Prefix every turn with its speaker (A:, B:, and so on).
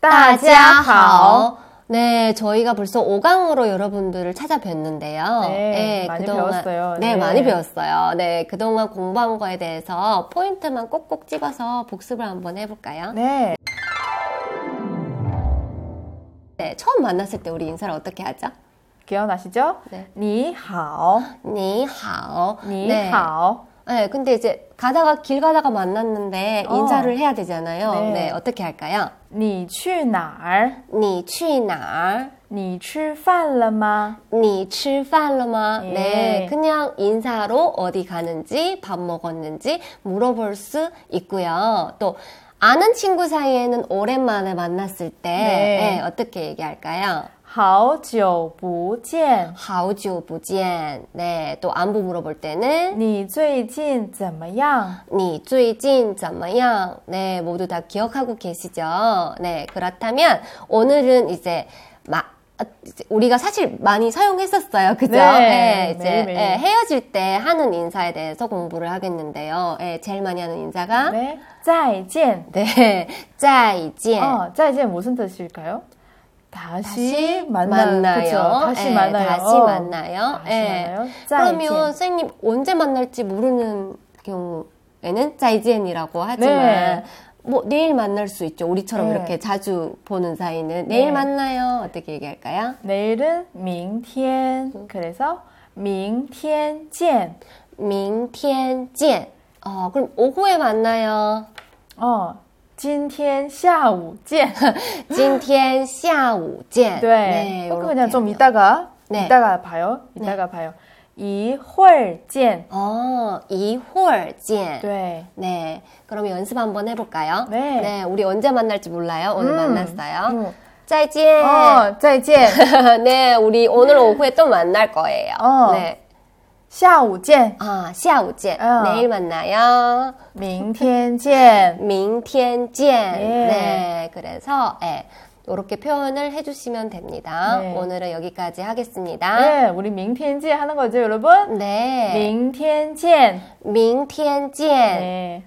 A: 大家好.
B: 네, 저희가 벌써 5강으로 여러분들을 찾아뵀는데요.
A: 네, 많이 배웠어요.
B: 네,
A: 네.
B: 많이 배웠어요. 네, 그동안 공부한 거에 대해서 포인트만 꼭꼭 집어서 복습을 한번 해볼까요?
A: 네.
B: 네, 처음 만났을 때 우리 인사를 어떻게 하죠?
A: 기억나시죠?
B: 네.
A: 你好.
B: 니하오.
A: 你好.
B: 네, 근데 이제 가다가 길 가다가 만났는데
A: 어.
B: 인사를 해야 되잖아요.
A: 네.
B: 네, 어떻게 할까요?
A: 你去哪儿?
B: 你去哪儿?
A: 你吃饭了吗?
B: 你吃饭了吗?
A: 예.
B: 네, 그냥 인사로 어디 가는지, 밥 먹었는지 물어볼 수 있고요. 또 아는 친구 사이에는 오랜만에 만났을 때
A: 네.
B: 예, 어떻게 얘기할까요?
A: 好久不见.
B: 好久不见. 네, 또 안부 물어볼
A: 네.
B: 때는
A: 你最近怎么样?
B: 你最近怎么样? 네, 모두 다 기억하고 계시죠? 네, 그렇다면 오늘은 이제 막 우리가 사실 많이 사용했었어요. 그죠?
A: 네,
B: 예, 이제
A: 매일매일.
B: 예, 헤어질 때 하는 인사에 대해서 공부를 하겠는데요. 예, 제일 많이 하는 인사가
A: 네. 再见.
B: 네, 짜이지엔.
A: 어, 再见 무슨 뜻일까요? 다시 만나요.
B: 만나요.
A: 그쵸? 다시
B: 예,
A: 만나요. 어.
B: 다시 만나요.
A: 다시
B: 예.
A: 만나요.
B: 그러면
A: 再见.
B: 선생님 언제 만날지 모르는 경우에는 짜이지엔이라고 하지만
A: 네.
B: 뭐 내일 만날 수 있죠. 우리처럼
A: 네.
B: 이렇게 자주 보는 사이는 내일
A: 네.
B: 만나요. 어떻게 얘기할까요?
A: 내일은 明天. 그래서 明天见.
B: 明天见. 어, 그럼 오후에 만나요.
A: 어, 今天下午见.
B: 今天下午见.
A: 네. 혹은
B: 요렇게
A: 그냥 좀
B: 하면.
A: 이따가
B: 네.
A: 이따가 봐요. 이따가 봐요. 이월见.
B: 어, 이월见.
A: 네.
B: 네. 그럼 연습 한번 해볼까요?
A: 네.
B: 우리 언제 만날지 몰라요. 오늘 만났어요.
A: 음.
B: 再见.
A: 어, 再见.
B: 네, 우리 오늘 오후에 또 만날 거예요.
A: 어.
B: 네.
A: 下午见.
B: 아, 下午见.
A: 어.
B: 내일 만나요.
A: 明天见.
B: 明天见.
A: 예.
B: 네, 그래서 예. 이렇게 표현을 해주시면 됩니다.
A: 네.
B: 오늘은 여기까지 하겠습니다.
A: 네, 우리 明天见 하는 거죠, 여러분?
B: 네.
A: 明天见.
B: 明天见.
A: 네.